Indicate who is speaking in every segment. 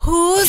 Speaker 1: who's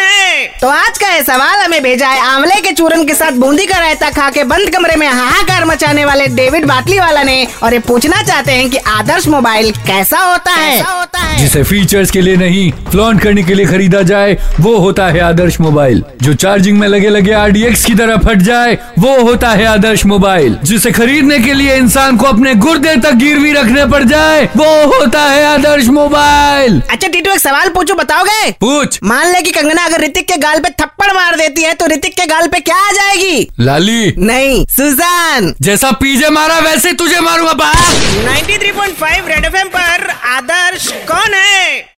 Speaker 2: है
Speaker 1: तो आज का ये सवाल हमें भेजा है आंवले के चूरन के साथ बूंदी का रायता खा के बंद कमरे में हाहाकार मचाने वाले डेविड बाटली वाला ने और ये पूछना चाहते हैं कि आदर्श मोबाइल कैसा होता है होता है
Speaker 3: जिसे फीचर्स के लिए नहीं फ्लॉन्ट करने के लिए खरीदा जाए वो होता है आदर्श मोबाइल जो चार्जिंग में लगे लगे आरडीएक्स की तरह फट जाए वो होता है आदर्श मोबाइल जिसे खरीदने के लिए इंसान को अपने गुर्दे तक गिरवी रखने पड़ जाए वो होता है आदर्श मोबाइल
Speaker 1: अच्छा टीटू एक सवाल पूछू बताओगे
Speaker 3: पूछ
Speaker 1: मान ले कि कंगना अगर ऋतिक के गाल पे थप्पड़ मार देती है तो ऋतिक के गाल पे क्या आ जाएगी
Speaker 3: लाली
Speaker 1: नहीं सुजान
Speaker 3: जैसा पीजे मारा वैसे तुझे मारूंगा बाप
Speaker 2: 93.5 रेड एफएम पर आदर्श कौन है